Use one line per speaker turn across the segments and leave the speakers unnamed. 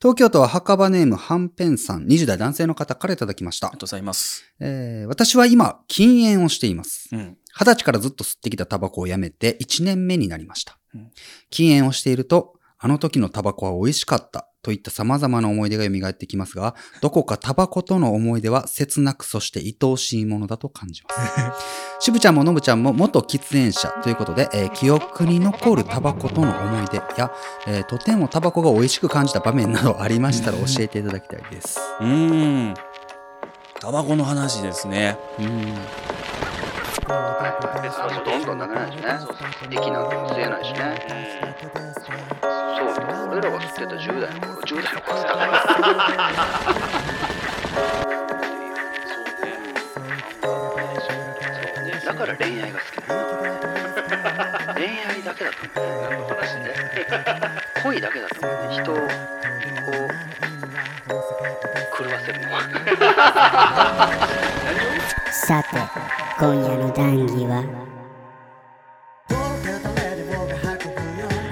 東京都は墓場ネームはんぺんさん、20代男性の方からいただきました
ありが。とうございます。
えー私は今、禁煙をしています。
うん。
二十歳からずっと吸ってきたタバコをやめて1年目になりました
うん。
禁煙をしていると、あの時のタバコは美味しかったといった様々な思い出が蘇ってきます が、どこかタバコとの思い出は切なくそして愛おしいものだと感 じます。しぶちゃんものぶちゃんも元喫煙者ということで、えー記憶に残るタバコとの思い出や、えーとてもタバコが美味しく感じた場面などありましたら教えていただきたいです。
うーん。タバコの話ですね。
うん。
別のことどんどんなくなるしね息なんても吸えないしねそうだ俺らが吸ってた10代の頃10代の頃吸ったからそうねだから恋愛が好きなんだ恋愛だけだと思う何の話で恋だけだと思うね人をこう狂わせるのは
さて今夜の談義は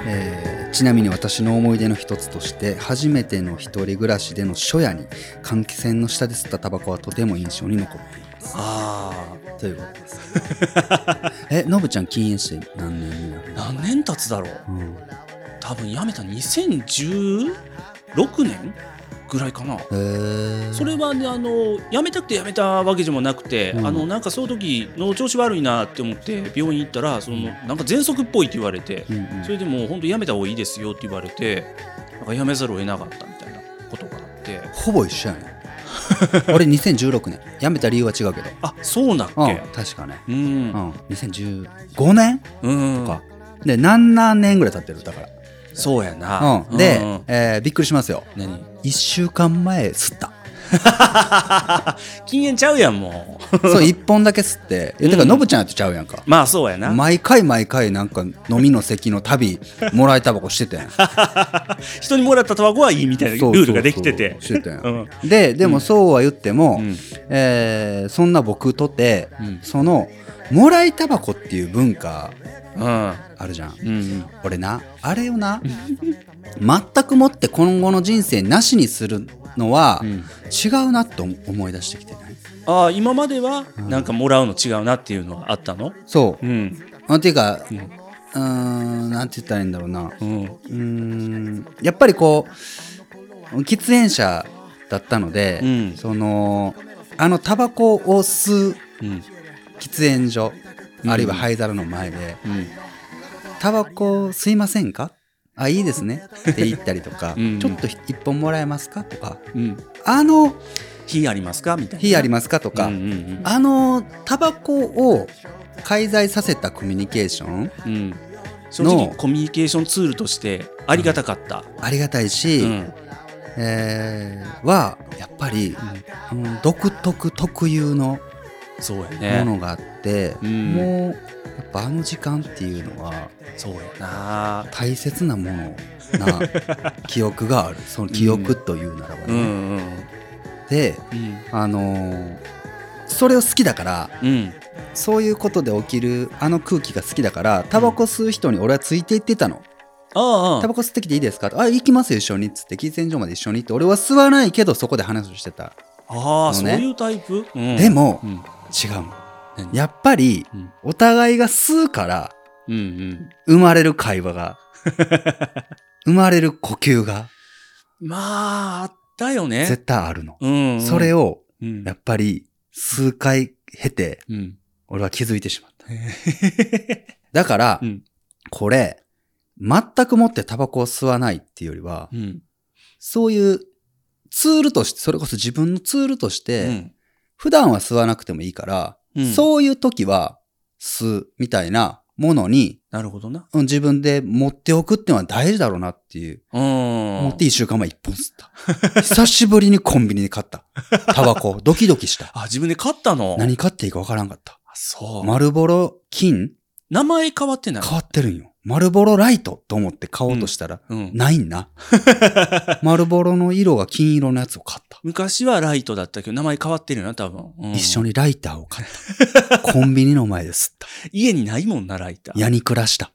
えーちなみに私の思い出の一つとして初めての一人暮らしでの初夜に換気扇の下で吸ったタバコはとても印象に残っていま
あ
すということですえのぶちゃん禁煙して何年になる
あ。何年経つだろう
うん
多分やめた2016年ぐらいかな。
えー、
それはねあの辞めたくて辞めたわけでもなくて、
うん
あのなんかその時の調子悪いなって思って病院行ったらそのなんか喘息っぽいって言われて
う、んうん
それでもう本当辞めた方がいいですよって言われてなんか辞めざるを得なかったみたいなことがあって
ほぼ一緒やね 俺2016年辞めた理由は違うけど
あそうだっ
うん
け
確かね
うん
うん2015年
うん、
か、で7年ぐらい経ってるだから
そうやな、
うん、で、
うん
えーびっくりしますよ
何
1週間前吸った
禁煙ちゃうやんも う
そう一本だけ吸ってえだから
うん
ノブちゃんやってちゃうやんか、
まあそうやな、
毎回毎回なんか飲みの席の旅もらいタバコしててん
人にもらったタバコはいいみたいなル
そうそうそう
ールができてて
しててん
うん
ででもそうは言っても、
うん
えーそんな僕とて、
うん
そのもらいタバコっていう文化
うん
あるじゃん
うん
俺なあれをな全くもって今後の人生なしにするのは、
うん
違うなと思い出してきてない
ああ今までは
うん
なんかもらうの違うなっていうのはあったの
そう、
うん
あっていうかう
うん
ーんなんて言ったらいいんだろうな
うん
うーんやっぱりこう喫煙者だったので、
うん
そのあのタバコを吸う
うん
喫煙所、
うん
あるいは灰皿の前で
うん
「タバコ吸いませんか?」あいいですねって言ったりとか
うん
ちょっと一本もらえますか?」とか
うん
「あの
火ありますかみたいな
火ありますか?」とか、
うんうん
あのタバコを介在させたコミュニケーション
うんうん正直
の
コミュニケーションツールとしてありがたかった
ありがたいし、
うん
えーはやっぱり、うん独特特有の
そうや
も
ね
のがあって、
うん
もうやっぱあの時間っていうのは
そうやな
大切なものな記憶が あるその記憶というならば
う
ね、
んうん
で
うん
あのーそれを好きだから
うん
そういうことで起きるあの空気が好きだからタバコ吸う人に俺はついていってたの、
ああ
タバコ吸ってきていいですかあ行きますよ一緒にっつって喫煙所まで一緒にって俺は吸わないけどそこで話をしてた、
ああ
の
そう
ね
いうタイプうん
でも、
うん
違うの
何
やっぱり
うん
お互いが吸うから
うんうん
生まれる会話 が生まれる呼吸が
まああったよね
絶対あるの、
うんうん
それ
を
を
うん
やっぱり数回経て
うん
俺は気づいてしまっただから、
うん
これ全くもってタバコを吸わないっていうよりは、
うん
そういうツールとしてそれこそ自分のツールとし
う
て、
ん
普段は吸わなくてもいいから、
うん
そういう時は吸うみたいなものに、
なるほどな
うん自分で持っておくっていうのは大事だろうなっていう。
うん
持って一週間前一本吸った。久しぶりにコンビニで買った。タバ コ。ドキドキした。
あ、自分で買ったの
何買っていいかわからんかった。
あそう。
丸ボロ金
名前変わってない。
変わってるんよ。丸ボロライトと思って買おうとしたら、
うん。
ないんな。丸ボロの色が金色のやつを買った。 。
昔はライトだったけど、名前変わってるよな、多分。うん
一緒にライターを買 った。コンビニの前で吸った。
家にないもんな、ライター。
やに暮ら した。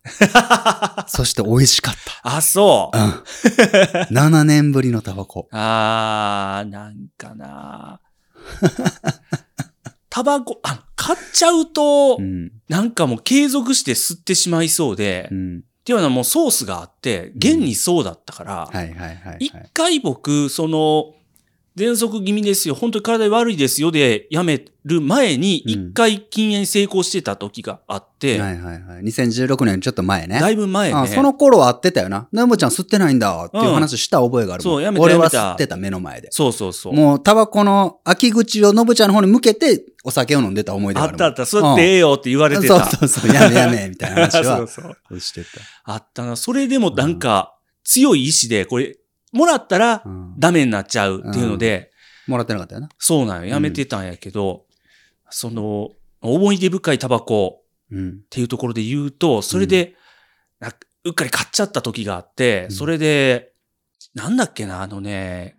そして美味しかっ
あ、そう。
た。うん。7年 ぶりのタバコ。
あー、なんかなタバコ、あ、買っちゃうと、
うん。
なんかもう継続して吸ってしまいそうで、
う
っ
ん。
ていうのはもうソースがあって、現にそうだったから、
はいはいはい、
一
はい。
回僕、その、喘息気味ですよ、本当に体悪いですよでやめる前に、
うん
一回禁煙成功してた時があって、
はいはいはい。2016年ちょっと前ね。
だいぶ前ね。
あその頃は会ってたよな。ナムちゃん吸ってないんだっていう話した覚えがあるもん。
うんそうやめた
俺
や
は
めた
吸ってた目の前で。
そうそうそう。
もうタバコの秋口をノブちゃんの方に向けてお酒を飲んでた思い出
あ
があ
っ
る
たあったた、そうやってええよって言われてた。
そうそうそう、やめやめ、みたいな話
そ
は
うそう
して
あったな。それでもなんか、強い意志で、これ、もらったら
た、うん
ダメになっちゃうっていうので、
もらってなかったよな。
そうなんよ。やめてたんやけど、その、思い出深いタバコ
うん
っ。ていうところで言うと、それで、なんかうっかり買っちゃった時があって、
うん
それで、なんだっけな、あのね、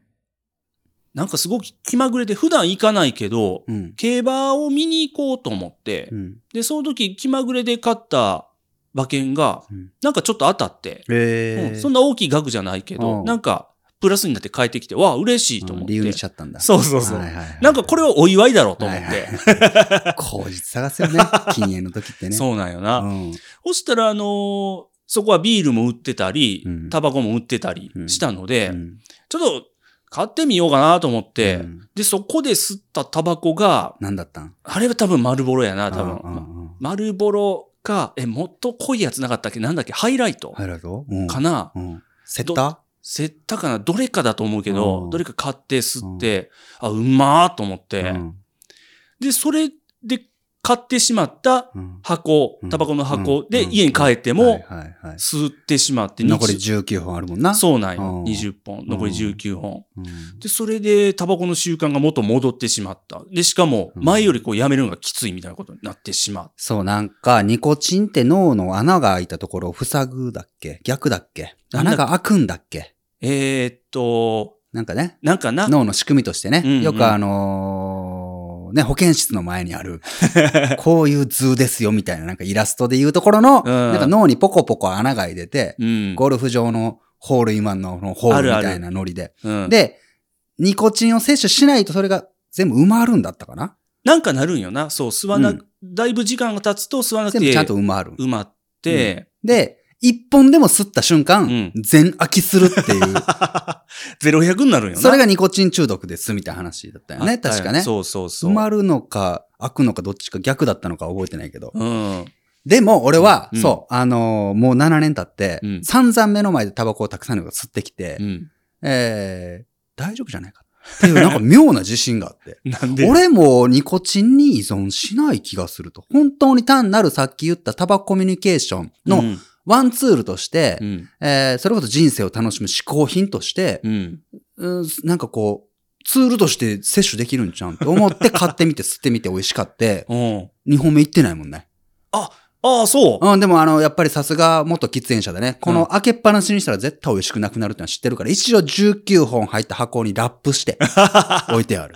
なんかすごく気まぐれで、普段行かないけど、
うん。
競馬を見に行こうと思って、
うん。
で、その時気まぐれで買った馬券が
うん、
なんかちょっと当たって、
え
う
ー。
んそんな大きい額じゃないけど、
うん
なんかプラスになって帰ってきて、わあ、嬉しいと
う
思っ
ん
て。
理由にしちゃったんだ。
そうそうそう。
はいはいはい
なんかこれはお祝いだろうと思って。
はいはい口実探すよ ね。禁煙の時ってね。う。
そうなんよな。
ん。
そしたら、あのーそこはビールも売ってたり、
うん
タバコも売ってたりしたので、
うん
ちょっと買ってみようかなと思って、
うん
で、そこで吸ったタバコが、
なんだったん
あれは多分丸ボロやな、多分。
うんうんうん
丸ボロか、え、もっと濃いやつなかったっけなんだっけハイライト
入らぞ。うん
かな、
うん。セッタ
セッタかなどれかだと思うけど、
うん
どれか買って吸って、あ、うまーと思って、
ーうん
で、それで買ってしまった
うん。
箱
う、ん
タバコの箱で
うん
家に帰って
はい
も
はいはい。
吸ってしまって、
残り
20
19本あるもんな。
そうなん
う
よ。
ん
20本、残り19本。
うん。
で、それでタバコの習慣が元戻ってしまった。で、しかも
うん
前よりこうやめるのがきついみたいなことになってしまう。
そう、なんか、ニコチンって脳の穴が開いたところを塞ぐだっけ逆だっけ
なんだ
穴が開くんだっけ
えーっと、
なんかね、
なんかな、
脳の仕組みとしてね、
うんうん
よくあのーね、保健室の前にある、 こういう図ですよみたいな、なんかイラストで言うところの、
うん
なんか脳にポコポコ穴が開いてて、
うん。
ゴルフ場のホールインワンのホールみたいなノリで。
うん
で、ニコチンを摂取しないとそれが全部埋まるんだったかな
なんかなるんよな。そう、吸わな、
うん
だいぶ時間が経つと吸わなく
全部
て、
ちゃんと埋まる。
埋まって、
で、一本でも吸った瞬間、
うん
全飽きするっていう。
ゼロ100になるんよな。
それがニコチン中毒ですみたいな話だったよ
あ
ね、
ったよ
確かね。
そうそうそう。
埋まるのか、開くのか、どっちか逆だったのか覚えてないけど。
うん。
でも、俺は、
うん
そう、あのーもう7年経って、
うん
散々目の前でタバコをたくさんの人が吸ってきて、
うん。
えー、大丈夫じゃないかっていう、なんか妙な自信があって。
なん で
俺もニコチンに依存しない気がすると。本当に単なるさっき言ったタバココミュニケーション
う
の
ん
ワンツールとして、
うん。
えーそれこそ人生を楽しむ嗜好品として、
うん。
うん、なんかこう、ツールとして摂取できるんちゃうんと思 って買ってみて吸ってみて美味しかって、
うん。
2本目行ってないもんね。
ああ、そう。
うん、でもあの、やっぱりさすが元喫煙者でね、この開けっぱなしにしたら絶対美味しくなくなるってのは知ってるから、一応19本入った箱にラップして 置いてある。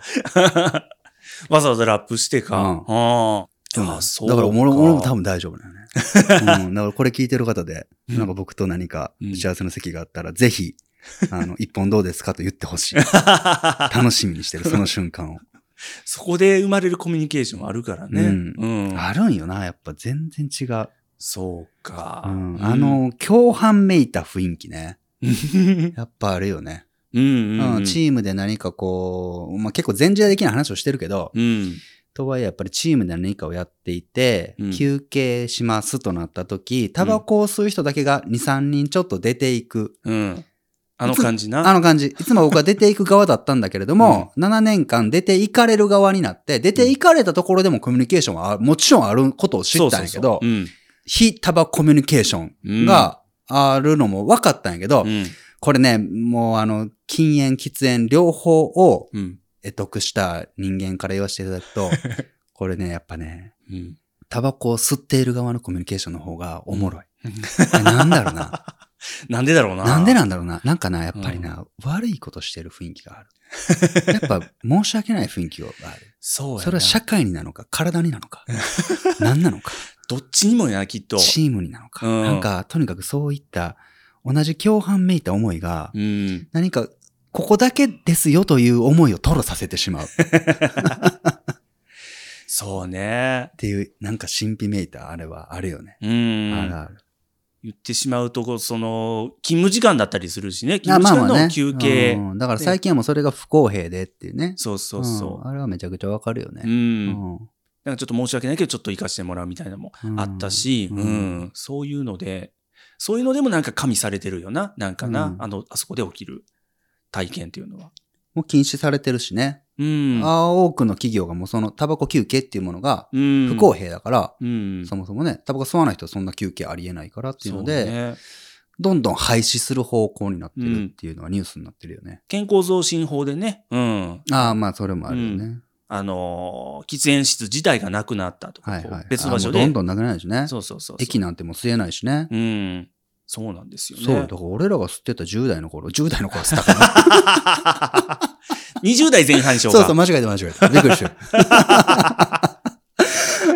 わざわざラップしてか。
うん
ああ。あそう
だから俺も俺も多
分。
分大丈夫だよ ね。うん、だからこれ聞いてる方で、
うん
なんか僕と何か
うん
打ち合わせの席があったら、ぜひ、あの、一本どうですかと言ってほしい。楽しみにしてる、その瞬間を。
そこで生まれるコミュニケーションあるからね。
うん
うん。
あるんよな、やっぱ全然違う。
そうか。
うんあ、の、共犯めいた雰囲気ね。
うん。
やっぱあるよね。
うん
うん
うん。
チームで何かこう、まあ、結構全時代的な話をしてるけど、
うん。
とはいえやっぱりチームで何かをやっていて、
うん
休憩しますとなった時、タバコを吸う人だけが2、3人ちょっと出ていく。
うん。あの感じな。
あの感じ。いつも僕は出ていく側だったんだけれども、7年間出ていかれる側になって、出ていかれたところでもコミュニケーションはあもちろんあることを知ったんやけど
そうそうそう、うん。
非タバコミュニケーションがあるのも分かったんやけど、
うん。
これね、もうあの、禁煙、喫煙両方を
うん。
得得した人間から言わせていただく と、これね、やっぱね、
うん。
タバコを吸っている側のコミュニケーションの方がおもろい。あれなんだろうな。
なんでだろうな。
なんでなんだろうな。なんかな、やっぱりな、悪いことしてる雰囲気 がある。やっぱ、申し訳ない雰囲気がある。
そうやな
それは社会になのか、体にな のか、何なのか、
どっちにもやな、きっと。
チームになのか。
うん
なんか、とにかくそういった、同じ共犯めいた思いが、
うん。
何か、ここだけですよという思いを吐露させてしまうっ
そうね。
ていう、なんか神秘めいたあれはあるよね。
う
ある
ん。
ある。
言ってしまうと、こうその、勤務時間だったりするしね。
あ
勤務時間の休憩。
うんだから最近はもうそれが不公平でっていうね。
そうそうそ
んあれはめちゃくちゃわかるよ
う。う
ね。
ん。
うん
なんかちょっと申し訳ないけど、ちょっと行かしてもらうみたいなのもあったし、
う
うんん、そういうので、そういうのでもなんか加味されてるよな、なんかな、
うん
あの、あそこで起きる体験っていうのは。
もう禁止されてるしね。
うん。
あ多くの企業がもうそのタバコ休憩っていうものが
うん、
不公平だから、
うん。
そもそもね、タバコ吸わない人はそんな休憩ありえないからっていうので、
そうね
どんどん廃止する方向になってるっていうのはニュースになってるよね。
健康増進法でね、うん。
ああ、まあそれもあるよね。
うあのー喫煙室自体がなくなったとか、
はい
こう
はい。
別場所
あ
で。
あもうどんどんなくなるしね。
そうそうそうそう。
駅なんてもう吸えないしね。
うん。そうなんですよね。
そう、だから俺らが吸ってた10代の頃、10代の頃は吸ったから、 ね、
20代前半でしょ
そう
うか。
そう、間違えた間違えた。びっくりした。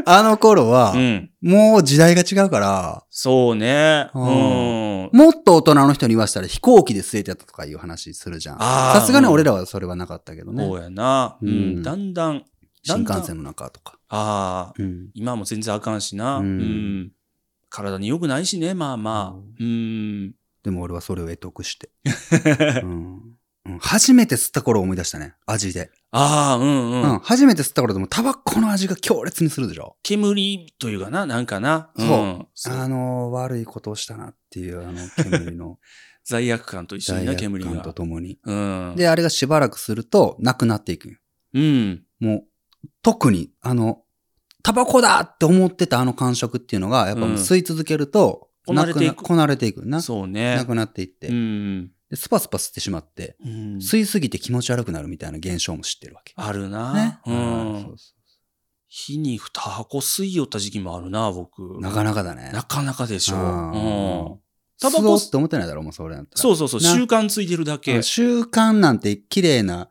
あの頃は、
うん。
もう時代が違うから、
そうね。
う
うん。
もっと大人の人に言わせたら飛行機で吸えてたとかいう話するじゃん。
あー
さすがに
うん
俺らはそれはなかったけどね。
そうやな。う。
うんん
だんだん。だ
新
んだん
幹線の中とか。
ああ、今も全然あかんしな。
う
うんん。体に良くないしね、まあまあ。うん。
でも俺はそれを得得 して、うんうん初めて吸った頃を思い出したね。味で。
ああ、うん
う
うん
ん。初めて吸った頃でもタバコの味が強烈にするでしょ。
煙というかな、なんかな。
そうんあのー悪いことをしたなっていうあの煙 の
罪悪感と一緒に
罪
な、
悪
煙
感と
が。
ともに。
うん。
で、あれがしばらくするとなくなっていくんよ
うん。
もう、特に、あの、タバコだって思ってたあの感触っていうのが、やっぱもう吸い続けると、
うん
なくな
こなれていく
こなれていくな。
そう
な
ね。
くなっていって、
うん。
でスパスパ吸ってしまって、
うん
吸いすぎて気持ち悪くなるみたいな現象も知ってるわけ。
ある
ね
な。。う。
そうんそ
火に二箱吸いよった時期もあるな、僕
う。なかなかだね。
なかなかでしょ。
うん
うん。
タバ
タバ
コ
コ
って思ってないだろ、もうそれなんて。
そうそうそう、
な
習慣ついてるだ
う
け
ん。習慣なんて綺麗な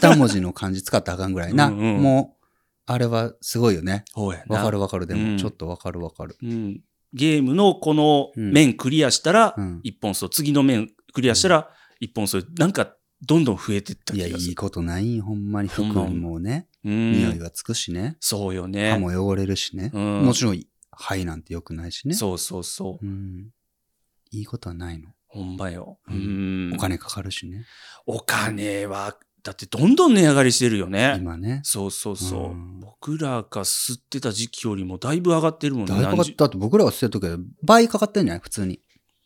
二文字の漢字使ったらあかんぐらいな。
うんうん
もう、あれはすごいよね。
そうやな。
わかるわかる。で
う
も、
ん
ちょっとわかるわかる。
うん、ゲームのこの
うん
面クリアしたら
うん
一本層、次の面クリアしたら一本層、なんかどんどん増えてった
い
気
や、
が
い
する。
いことないんほんまに服
ほんま
にもね、
うん、
匂いがつくしね、
そうよ
歯
ね。
も汚れるしね、
うん
もちろん肺なんて良くないしね。
そうそうそう。
うんいいことはないの。
ほんまよ。
う
うんん、
お金かかるしね、
お金は、だってどんどん値上がりしてるよね。
今ね。
そうそうそう。
うん
僕らが吸ってた時期よりもだいぶ上がってるもん
だいぶかかっ
何十
だって僕らが捨てる時は倍かかってんじゃない普通に。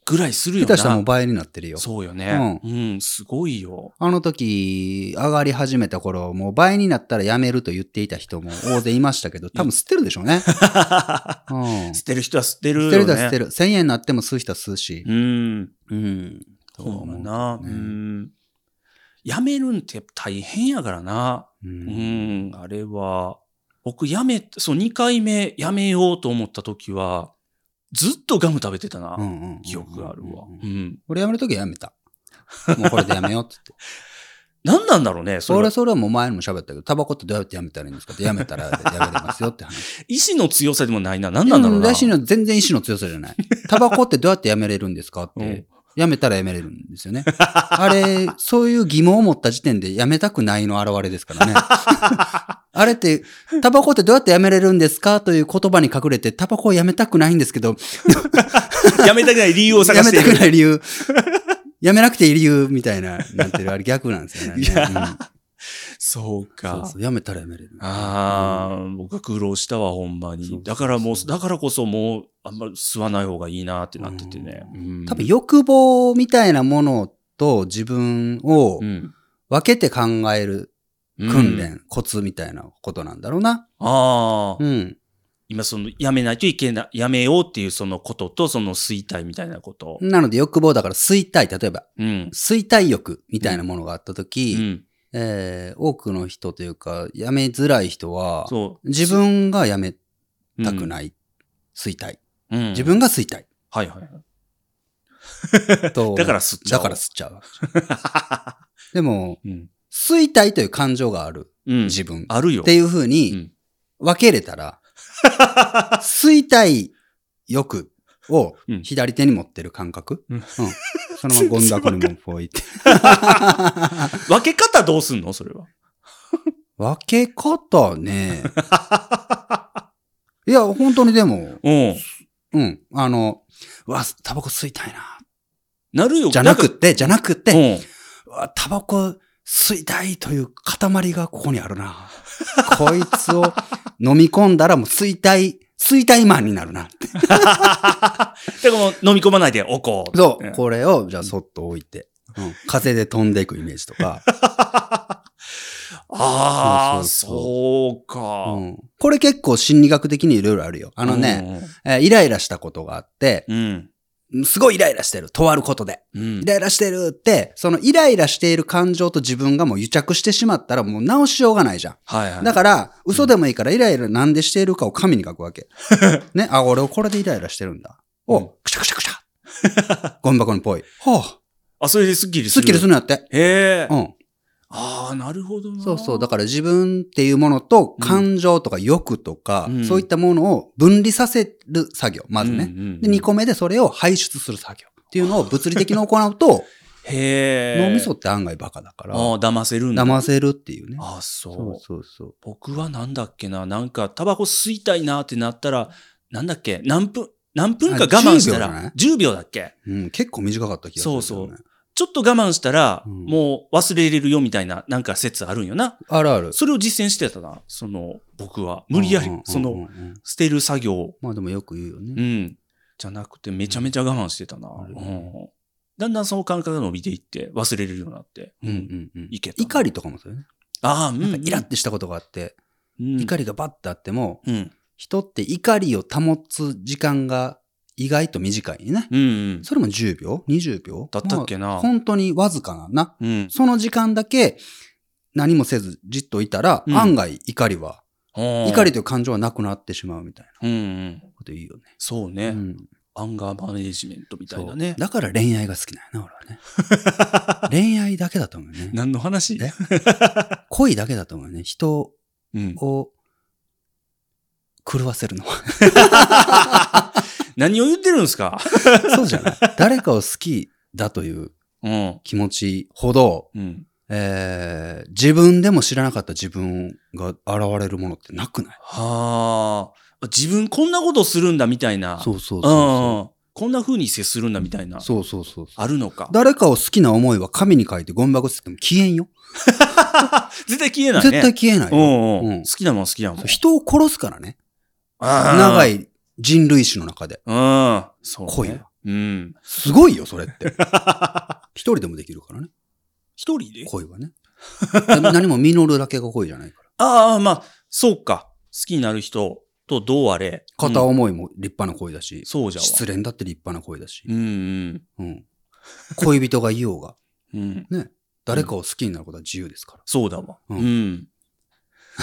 ぐらいする
下
よ
手したらもう
な。
倍になってるよ。
そうよね、うん。すごいよ。
あの時、上がり始めた頃、もう倍になったらやめると言っていた人も大勢いま したけど、多分捨てるでしょうね。うん
捨てる人は捨てるよ、
捨
ね。
てるだ捨てる。1000円になっても吸う人は吸うし。
うん。
うん。と
そう
思
だ
う
な。
け
う
どね
ん。辞めるんって大変やからな。
う
うんん、あれは。僕辞め、そう、2回目辞めようと思った時は、ずっとガム食べてたな。
うんうんうん
記憶があるわ。
う
うんん。
俺辞めるときは辞めた。もうこれで辞めようっ て言って。
何なんだろうね。そ
そ
れ
れ
は
それはもう前にも喋ったけど、タバコってどうやって辞めたらいいんですかって辞めたらやめれますよって話。
意志の強さでもないな。何なんだろうな。
意志の全然意志の強さじゃない。タバコってどうやって辞めれるんですかっ
う
て
ん。。
辞めたら辞めれるんですよね。 あれ、そういう疑問を持った時点で辞めたくないの表れです からね。あれって、タバコってどうやって辞めれるんですかという言葉に隠れて、タバコを辞めたくないんですけど、
辞めたくない理由を探
や
し
め
て
た
い
く
る。
ない理由。 やめなくていい理由みたいな、なんていうのあれ逆なんですよね。
いや
うんそう
そうか。
そう、やめたらやめれる。
ああ、僕は苦労したわ、ほん
そ
ま
うそうそう
に。だからもう、だからこそもう、あんまり吸わない方がいいなってなっててね。うん
多分、欲望みたいなものと自分を
うん
分けて考える訓練、
うん
コツみたいなことなんだろうな。
ああ、
うん。
今その、やめないといけない、やめようっていうそのことと、その吸いたいみたいなこと。
なので欲望だから吸いたい、例えば
うん。
吸いたい欲みたいなものがあった時、
うん。
えー多くの人というか、やめづらい人は、
そう。
自分がやめたく
い。
ない、吸いたい。
うん。
自分が吸いたい。
はいはい。
と
だから吸っちゃお
だ
う
から吸っちゃ う。でも、
うん。
吸いたいという感情がある
うん。
自分っ
あるよ。
ていう風
う
に
ん
分けれた ら、吸いたい欲を
うん
左手に持ってる感覚。
う
うんん。そのままゴンダコにもポイ って。
分け方どうすんのそれは。
分け方 ね。いや、本当にでも、
うん。
うん。あの、うわ、タバコ吸いたいな。
なるよ。
じゃなくって、じゃなくって、
て。
うわタバコ吸いたいという塊がここにあるな。 こいつを飲み込んだらもう吸いたい、吸いたいマンになるなって。
でも飲み込まないでおこう。
そう。
ん
これを、じゃあそっと置いて、うん風で飛んでいくイメージとか。
ああ、
そう
そうか。
うんこれ結構心理学的にいろいろあるよ。あのね、えーイライラしたことがあって、
うん。うん。
すごいイライラしてる。とあることで。
うん
イ。ライラしてるって、そのイライラしている感情と自分がもう癒着してしまったらもう直しようがないじゃん。
はいはい。
だから、嘘でもいいからイライラなんでしているかを紙に書くわ け。ね、あ、俺をこれでイライラしてるんだ。
う
お
ん、
くしゃくしゃくしゃ。 ゴミ箱にぽい。ほう、
あ、それですっきりす
すっ
る。
きりするんやって。
へえ。
うん。
ああ、なるほどな。
そうそう。だから自分っていうものと感情とか欲とか、
うん
そういったものを分離させる作業、まずね。
うんうんうん
で、2個目でそれを排出する作業っていうのを物理的に行うと、
へえ。
脳みそって案外バカだから、
ああ、騙せるんだ。
騙せるっていうね。
ああ、そう。
そうそう。
僕はなんだっけな、なんか、タバコ吸いたいなってなったら、なんだっけ、何分、何分か我慢した
あ10秒じゃな
ら
い、
10秒だっけ。
うん、結構短かった気がする、ね。
そうそう。ちょっと我慢したら、
うん
もう忘れれるよみたいな、なんか説あるんよな。
あるある。
それを実践してたな、その、僕は。無理やり
うんうんうんう、ん
その、捨てる作業を
まあでもよく言うよ
う
ね。
ん。じゃなくて、めちゃめちゃ我慢してたな。
ん
う
ある
ん。だんだんその感覚が伸びていって、忘れれるようになって。
うんうんうん。
いけた
怒りとかもそうよね。
ああ、うん
なんかイラってしたことがあって、
うん
怒りがバッてあっても、
うん。
人って怒りを保つ時間が意外と短いね。
うんうん。
それも10秒 ?20 秒
だったっけな
まあ本当にわずかなな。
うん。
その時間だけ何もせずじっといたら、
うん
案外怒りは、
怒
怒りという感情はなくなってしまうみたいな
うんうん。
こと言うよね。
そう
う
ね。
ん
アンガーマネージメントみたいな
そ
ね
う。だから恋愛が好きなんやな、俺はね。恋愛だけだと思うね。
何の話
え恋だけだと思うね。人
うん。
を狂わせるのは。
何を言ってるんです か
そうじゃない。誰かを好きだという
うん。
気持ちほど、
うん。
えー自分でも知らなかった自分が現れるものってなくない
はあ。自分こんなことするんだみたいな。
そううそうそうそ
ん。こんな風に接するんだみたいな
う。。そうそうそうそう。
あるのか。
誰かを好きな思いは紙に書いてゴミ箱捨てても消えんよ。
絶対消えないね。
絶対消えないよ
うんう。
うんん
好きなもん好きなもん。
人を殺すからね。
長
長。い人類史の中で。
うん。そう、ね。
恋は
うん。
すごいよ、それっ て。一人でもできるからね。
一人で
恋はね。で何も実るだけが恋じゃないから。
ああ、まあ、そうか。好きになる人とどうあれ。
片
うん
思いも立派な恋だし、
そうじゃわ。
失恋だって立派な恋だし、
うん
うん恋人がいようが、
うん。うん。
誰かを好きになることは自由ですから。
そうだわ。う。
うんん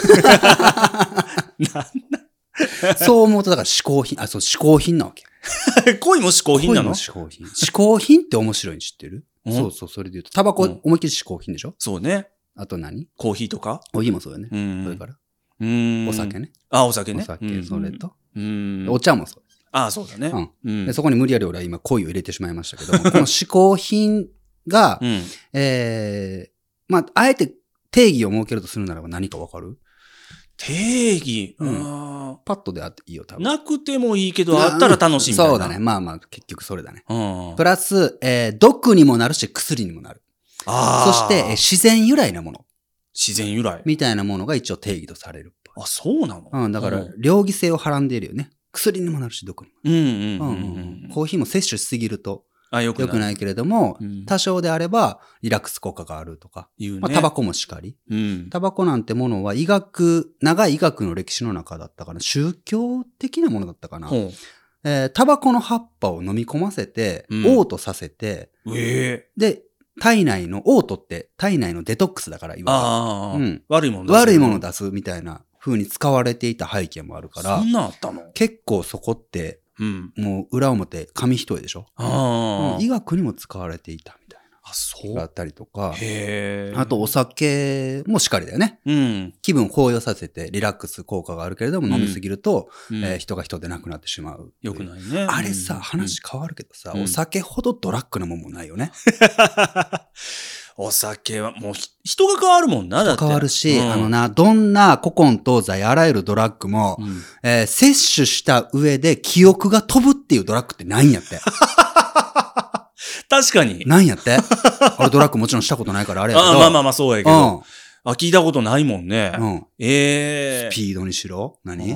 なん
そう思うと、だから嗜好品、あ、そう、嗜好品なわけ。
だ 恋も嗜好品な
恋
の
も嗜好品。嗜好品って面白いに知ってる、
うん
そうそう、それで言うと。タバコ、
うん
思いっきり嗜好品でしょ
そうね。
あと何
コーヒーとか。
お湯もそうよね。
う
それ
ん
か。ら、
うん
お酒。ね。
あ、お酒ね。
お酒、
うん
それ。と、
うん。
お茶もそうです。
あ、そうだね。う。
うんでそこに無理やり俺は今恋を入れてしまいましたけども、 この嗜好品が、
うん。
ええまあ、あえて定義を設けるとするならば何かわかる
定義。
う
うんん。
パッとであっていいよ、多分。
なくてもいいけど、あったら楽しいみたいな。
そうだね。。まあまあ、結局それだね。
うん
プ。ラス、えー毒にもなるし、薬にもなる。そ
ああ。
して、えー自然由来なもの、
自然由来。
みたいなものが一応定義とされるっぽい。
あ、そうなの
うん、だから
うん、
両義性をはらんでいるよね。薬にもなるし、毒にも。
うんう
う
んうんん
う
うん
んうん。コーヒーも摂取しすぎると
あ、よく
良く
ない。
ないけれども、
うん
多少であれば、リラックス効果があるとか。
言うね。
まあ、タバコもしかり。
うん。
タバコなんてものは医学、長い医学の歴史の中だったかな、宗教的なものだったかな。
ほ
えータバコの葉っぱを飲み込ませて、
うん
嘔吐させて、
うええ。
で、体内の、嘔吐って体内のデトックスだから、いわ
ああ。
うん
悪いも
ゆ
の
る。悪いものを出すみたいな風に使われていた背景もあるか
そ
ら、
んなんあったの
結構そこって
うん。
もう裏表紙一重でしょ、
あ
う
あ
ん。医学にも使われていたみたい
あ、そ
ながあ
う
っ。たりとか
へえ。
あ、とお酒もしかりだよね
うん。
気分を高揚させてリラックス効果があるけれども
うん
飲みすぎると、
うん
えー人が人でなくなってしまう
よくないね。
あれさ、
うん
話。変わるけどさ、
うん
お酒ほどドラッグなもんもないよね。
お酒は、もうひ、人が変わるもんな、だって。
変わるし、
うん
あの。な、どんな古今東西あらゆるドラッグも、
うん
えー摂取した上で記憶が飛ぶっていうドラッグってないんやっ て。
確かに。
ないんやって。俺ドラッグもちろんしたことないからあれやけど。
あまあまあまあ、そうやけど。
う
あ、聞いたことないもんね。
ん。うん。
ええ。
スピードにしろ何
う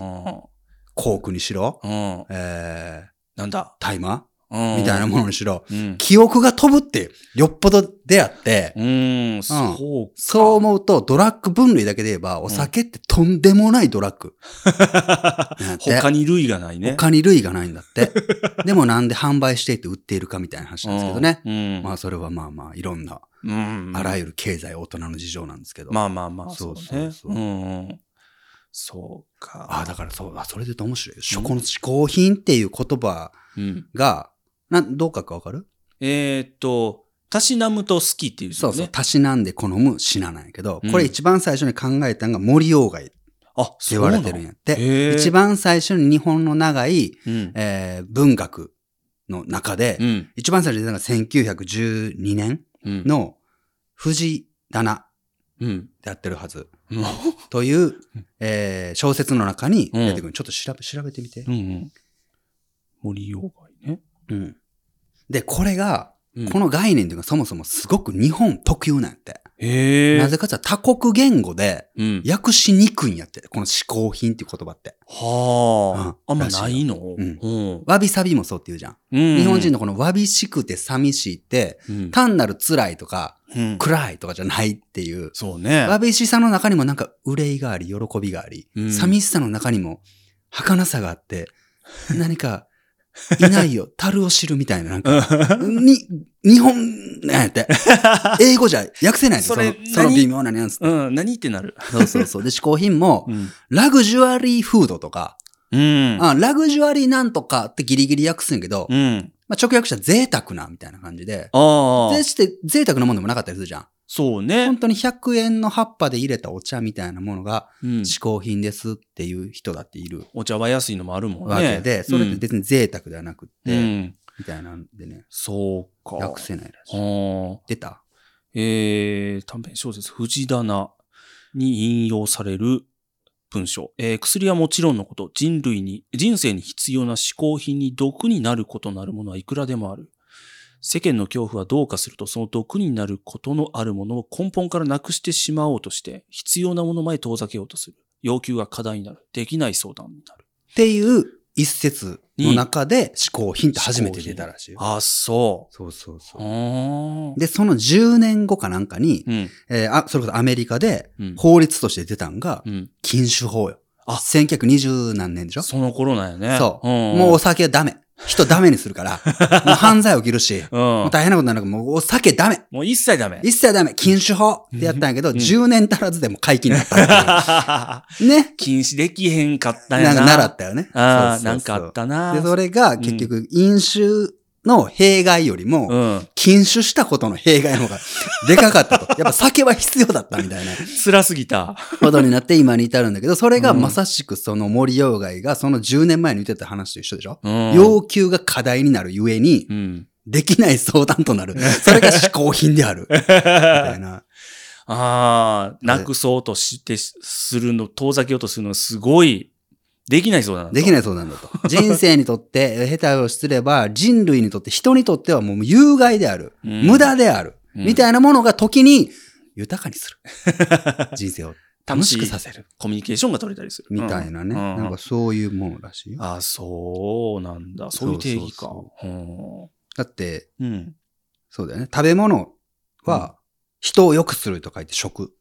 コークにしろ
ん。うん。
えー、
なんだ。
大麻
うん
みたいなものにしろ。
うん。
記憶が飛ぶってよっぽどであって、
うん、そうか。
そう思うとドラッグ分類だけで言えばお酒ってとんでもないドラッ グ。なんやって
他に類がないね。
他に類がないんだ って。でもなんで販売していて売っているかみたいな話なんですけどね。
うん。
まあそれはまあまあいろんな、
うん、
あらゆ
る。
る経済大人の事情なんですけど。
まあまあまあ、
そ
そうう
そう
ね。
そう
うんうん。そうか。
ああ、だからそう、あそれで言うと面白い。そこの嗜好品っていう言葉
うん。
が、なんどう書くかわかる
えーっと、たしなむと好きっていう、ね。
そうそう。たしなんで好む品なんやけど
うん、
これ一番最初に考えたのが森鴎外って
あ、そ
言
う
わ
な
れ
の
てるんやっ
へ
て。
ー
一番最初に日本の長い、
うん。
えー文学の中で、
うん。
一番最初に出たのが1912年
うん。
の藤棚
うん。
でやってるはず。
うん。
という、えー小説の中に出てくる。
う
ちょっと調べ、調べてみて
う。ん。森鴎外ね。
うんで、これが、
うん
この概念というかそもそもすごく日本特有なんやって。
へえ。
なぜかって言ったら他国言語で
うん。
訳しにくいんやって。この嗜好品っていう言葉って。
はあ。
う
あ
ん
んまないのうんん。
わびさびもそうって言うじゃん。
日
日本人のこのわびしくて寂しいって、
うん、
単なる辛いとか、
うん
暗いとかじゃないっていう。
そうね。
わびしさの中にもなんか憂いがあり、喜びがあり、
うん
寂しさの中にも儚さがあ って、何か、いないよ、樽を知るみたいな、なんか、に、日本、なんやって。英語じゃ訳せないで
そ
そ
れ
の
何
その微妙なニュアンス。
うん、何ってなる。
そうそうそう。で、嗜好品も
う、ん。
ラグジュアリーフードとか、
うん。
あラグジュアリーなんとかってギリギリ訳すんやけど、
うん。
まあ、直訳したら贅沢な、みたいな感じで、
ああ
で。して贅沢なもんでもなかったりするじゃん。
そうね
本。当に100円の葉っぱで入れたお茶みたいなものが、
うん
嗜好品ですっていう人だっている
お茶は安いのもあるもんね。
わけで、それって
で、
別に贅沢ではなくって、
うん。
みたいなんでね、
そうか。
訳せないらしい。
はあ。
出た
えー、短編小説、藤棚に引用される文章。えー薬はもちろんのこと、人類に、人生に必要な嗜好品に毒になることなるものはいくらでもある。世間の恐怖はどうかすると、その毒になることのあるものを根本からなくしてしまおうとして、必要なものまで遠ざけようとする。要求が課題になる。できない相談になる。
っていう一節の中で嗜好品って初めて出たらしいよ。
あー、そ。
そうそうそう
あ
う。で、その10年後かなんかに、
うん。
えーあ、それこそアメリカで
うん。
法律として出たんが
う、ん。
禁酒法よ。
あ
1920何年でしょ
その頃なんやね。
そう。
ん
もうお酒はダメ。人ダメにする から。もう犯罪起きるし。
うん
もう大変なことになるから、もうお酒ダメ。
もう一切ダメ。
一切ダメ。禁酒法ってやったんやけど、
うん
10年足らずでも解禁になったっていう。 ね。
禁止できへんかったんや
なん
な。
か習ったよね。
ああ、
そう
な
そ
ん
うそ
か
う
あったな。
で、それが結局、飲酒の弊害より
う
も、
ん。
禁酒したことの弊害の方がでかか ったと。やっぱ酒は必要だったみたいな
辛すぎた。
ことになって今に至るんだけど、それがまさしくその森鴎外がその10年前に言ってた話と一緒でしょ
うん。
要求が課題になるゆえに
う、ん。
できない相談とな る。それが嗜好品である。みたいな。
ああ、なくそうとして、するの、遠ざけようとするのすごい、できないそうだな。
できない相談だと。 人生にとって、下手をすれば、人類にとって、人にとってはもう有害である。
うん
無駄である。
うん
みたいなものが時に、豊かに する。人生を楽しくさせる。
コミュニケーションが取れたりする。
みたいなね。
うん
なんかそういうものらしいよ。
ああ、そうなんだ。そういう定義か。
そうだって、
んうん。
そうだよね。食べ物は、人を良くすると書いて食。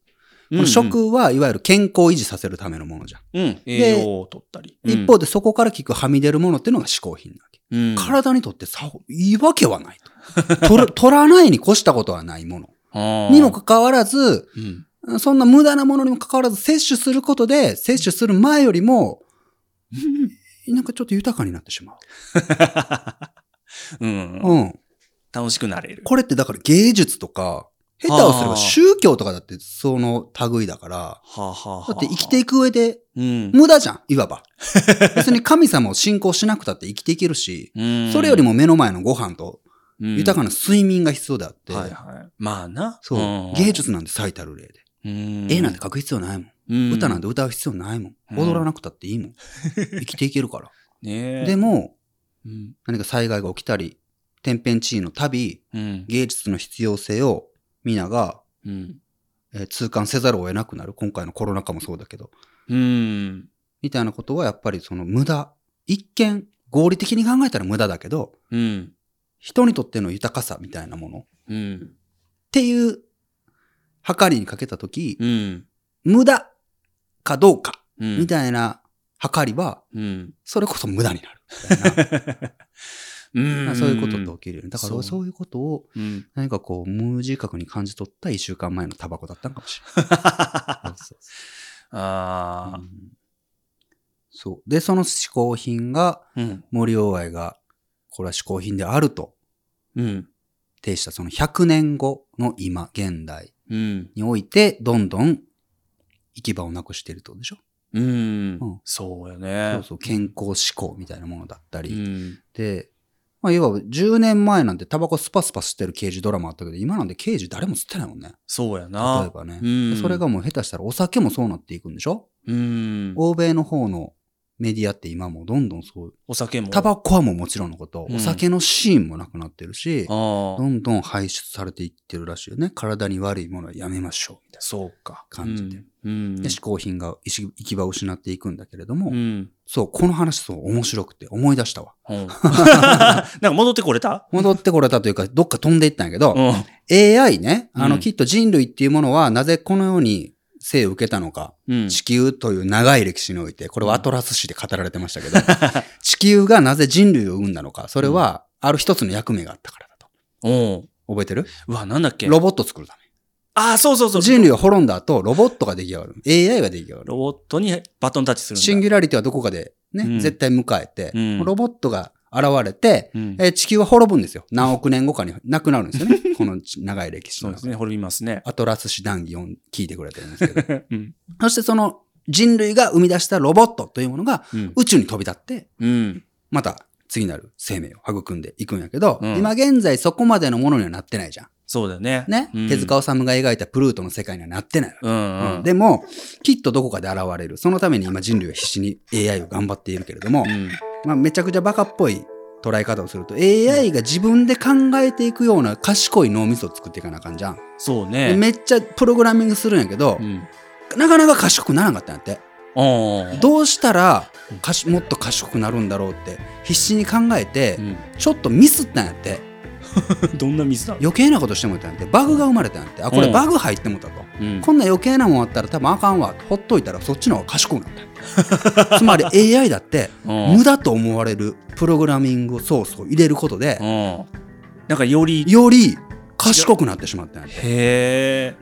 この
うん、
食はいわゆる健康を維持させるためのものじゃん。
うん。栄養を取ったり。
一方でそこから聞くはみ出るものっていうのが嗜好品なわけ。
うん、
体にとってさ、いいわけはないと。取る取らないに越したことはないもの。に
に
もかかわらず、
うん。
そんな 無駄なものにもかかわらず、摂取することで、摂取する前よりも、なんかちょっと豊かになってしまう。
うん。
うん。
楽しくなれる。
これってだから芸術とか、下手をすれば宗教とかだってその類だから、
はあ、はあはあ、
だって生きていく上で
うん。
無駄じゃん、いわ ば。別に神様を信仰しなくたって生きていけるし、
うん
それよりも目の前のご飯と豊か
な
な睡眠が必要であって、
はいはい。まあな。
そう、
ん
芸、術なんて最たる例で。
うん、
絵なんて描く必要ないもん。
うん、
歌なんて歌う必要ないもん。
うん
踊らなくたっていいも ん。生きていけるから。
ねえ。
でも、
うん、
何か災害が起きたり、天変地異の旅、
うん。
芸術の必要性を皆が、
うん。
えー痛感せざるを得なくなる。今回のコロナ禍もそうだけど。
うん。
みたいなことはやっぱりその無駄。一見、合理的に考えたら無駄だけど、
うん。
人にとっての豊かさみたいなものっ
うん。
ていう、はかりにかけたとき、
うん。
無駄かどうか
うん。
みたいなはかりは、
うん。
それこそ無駄に なるみたいな。
うん。
そういうことって起きるよね。だか
そう
らそういうことを
うん。
何かこう無自覚に感じ取った一週間前のタバコだったのかもし れない。そう
ああ。
そう。で、その嗜好品が
うん。
森鴎外がこれは嗜好品であると
うん。
呈したその100年後の今、現代
うん。
においてどんどん行き場をなくしているってことでしょ、
うん
うん。
そうよね。
そうそう健康志向みたいなものだったり。
うん。
で、まあ、いわば10年前なんてタバコスパスパ吸ってる刑事ドラマあったけど、今なんて刑事誰も吸ってないもんね。
そうやな。
例えばね。
うん
それがもう下手したらお酒もそうなっていくんでしょ
うん。
欧米の方のメディアって今もうどんどんそう、
お酒も。
タバコはもうもちろんのこと、
うん
お酒のシーンもなくなってるし、
あ
ど
あ。
んどん排出されていってるらしいよね。体に悪いものはやめましょう。みたい
そうか。
感じて
うん。うん
な。で、嗜好品が行き行き場を失っていくんだけれども、
うん。
そう、この話そう面白くて思い出したわ。
う んなんか戻ってこれた
戻ってこれたというか、どっか飛んでいったんやけど、
うん。
AI ね、あの、
うん
きっと人類っていうものは、なぜこのように生を受けたのか、
うん。
地球という長い歴史において、これはアトラス史で語られてましたけど、 地球がなぜ人類を生んだのか、それは、ある一つの役目があったからだと。
うん。
覚えてる
うわ、なんだっけ
ロボットを作るた
ああ、そうそうそ
め。
う。
人類は滅んだ後、ロボットが出来上がる。AI が出来上がる
ロ。ボットにバトンタッチするんだ。
シンギュラリティはどこかでね、
うん
絶対迎えて、
うん
ロボットが現れて、
うん。
えー地球は滅ぶんですよ。何億年後かになくなるんですよ ね。この長い歴史
そ
の
う
中
で
です
ね。滅びま すね。
アトラス史談義を聞いてくれてるんですけど。
うん。
そしてその人類が生み出したロボットというものが
うん。
宇宙に飛び立って、
うん。
また次なる生命を育んでいくんやけど、
うん
今現在そこまでのものにはなってないじゃん。
そうだよね。
ね。
うん
手塚治虫が描いたプルートの世界にはなってないわけ。
うんうん。
でも、きっとどこかで現れる。そのために今人類は必死に AI を頑張っているけれども、
うん、
まあ、めちゃくちゃバカっぽい捉え方をすると、AI が自分で考えていくような賢い脳みそを作っていかなあかんじゃん。
そう
で
ね。
めっちゃプログラミングするんやけど、
うん。
なかなか賢くならなかったんやって。
ああ。
どうしたらかしもっと賢くなるんだろうって必死に考えて、
うん
ちょっとミスったんやって
どんな水だ
余計なことしてもうたんやってバグが生まれたんやってあこ
う
れ
ん
バグ入ってもうたと、
うん。
こんな余計なもんあったら多分あかんわほっといたらそっちの方が賢くなった つまり AI だって
うん
無駄と思われるプログラミングソースを入れることで
うん。なんかより、
より賢くなってしまったんやって
へえ。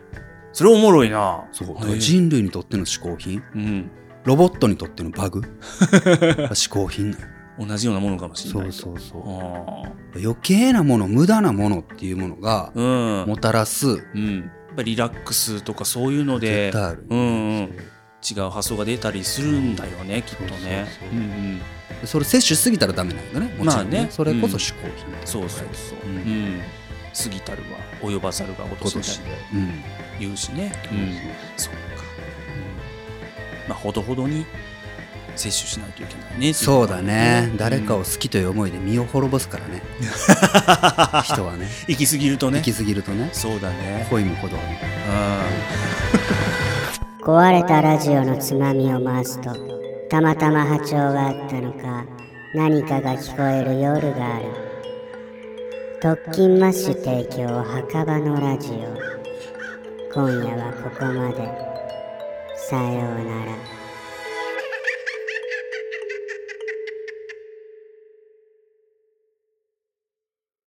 それおもろいな。
そうだ
へ
か
え
ら人類にとっての嗜好品
うん。
ロボットにとってのバ グ嗜好品なんや
同じようなものかもしれない。う。
うそう
あ
余計なもの無駄なものっていうものが
あ。うん。
もたらす
うん。やっぱリラックスとかそういうので
絶対ある、
うんうん違う発想が出たりするんだよね、きっとね。
そうそう
う
そうん
うん。
それ摂取しすぎたらダメなんだねもち
ま
ろ
あ
ん
ね
ねそれこそ嗜好品って
そうそうそう。う
うん
ん。過ぎたるは及ばざるが落と
今
しみたい
年
な
で、うん
言うしね。うん。そうか。まあ、ほどほどに摂取しないといけないね。
そうだね、誰か
を。
を好きという思いで身を滅ぼすから ね人はね
行き過ぎると
行
ね。
き過ぎるとね
そうだね。
恋もほどある
う
壊れたラジオのつまみを回すとたまたま波長があったのか何かが聞こえる夜がある特勤マッシュ提供墓場のラジオ今夜はここまでさようなら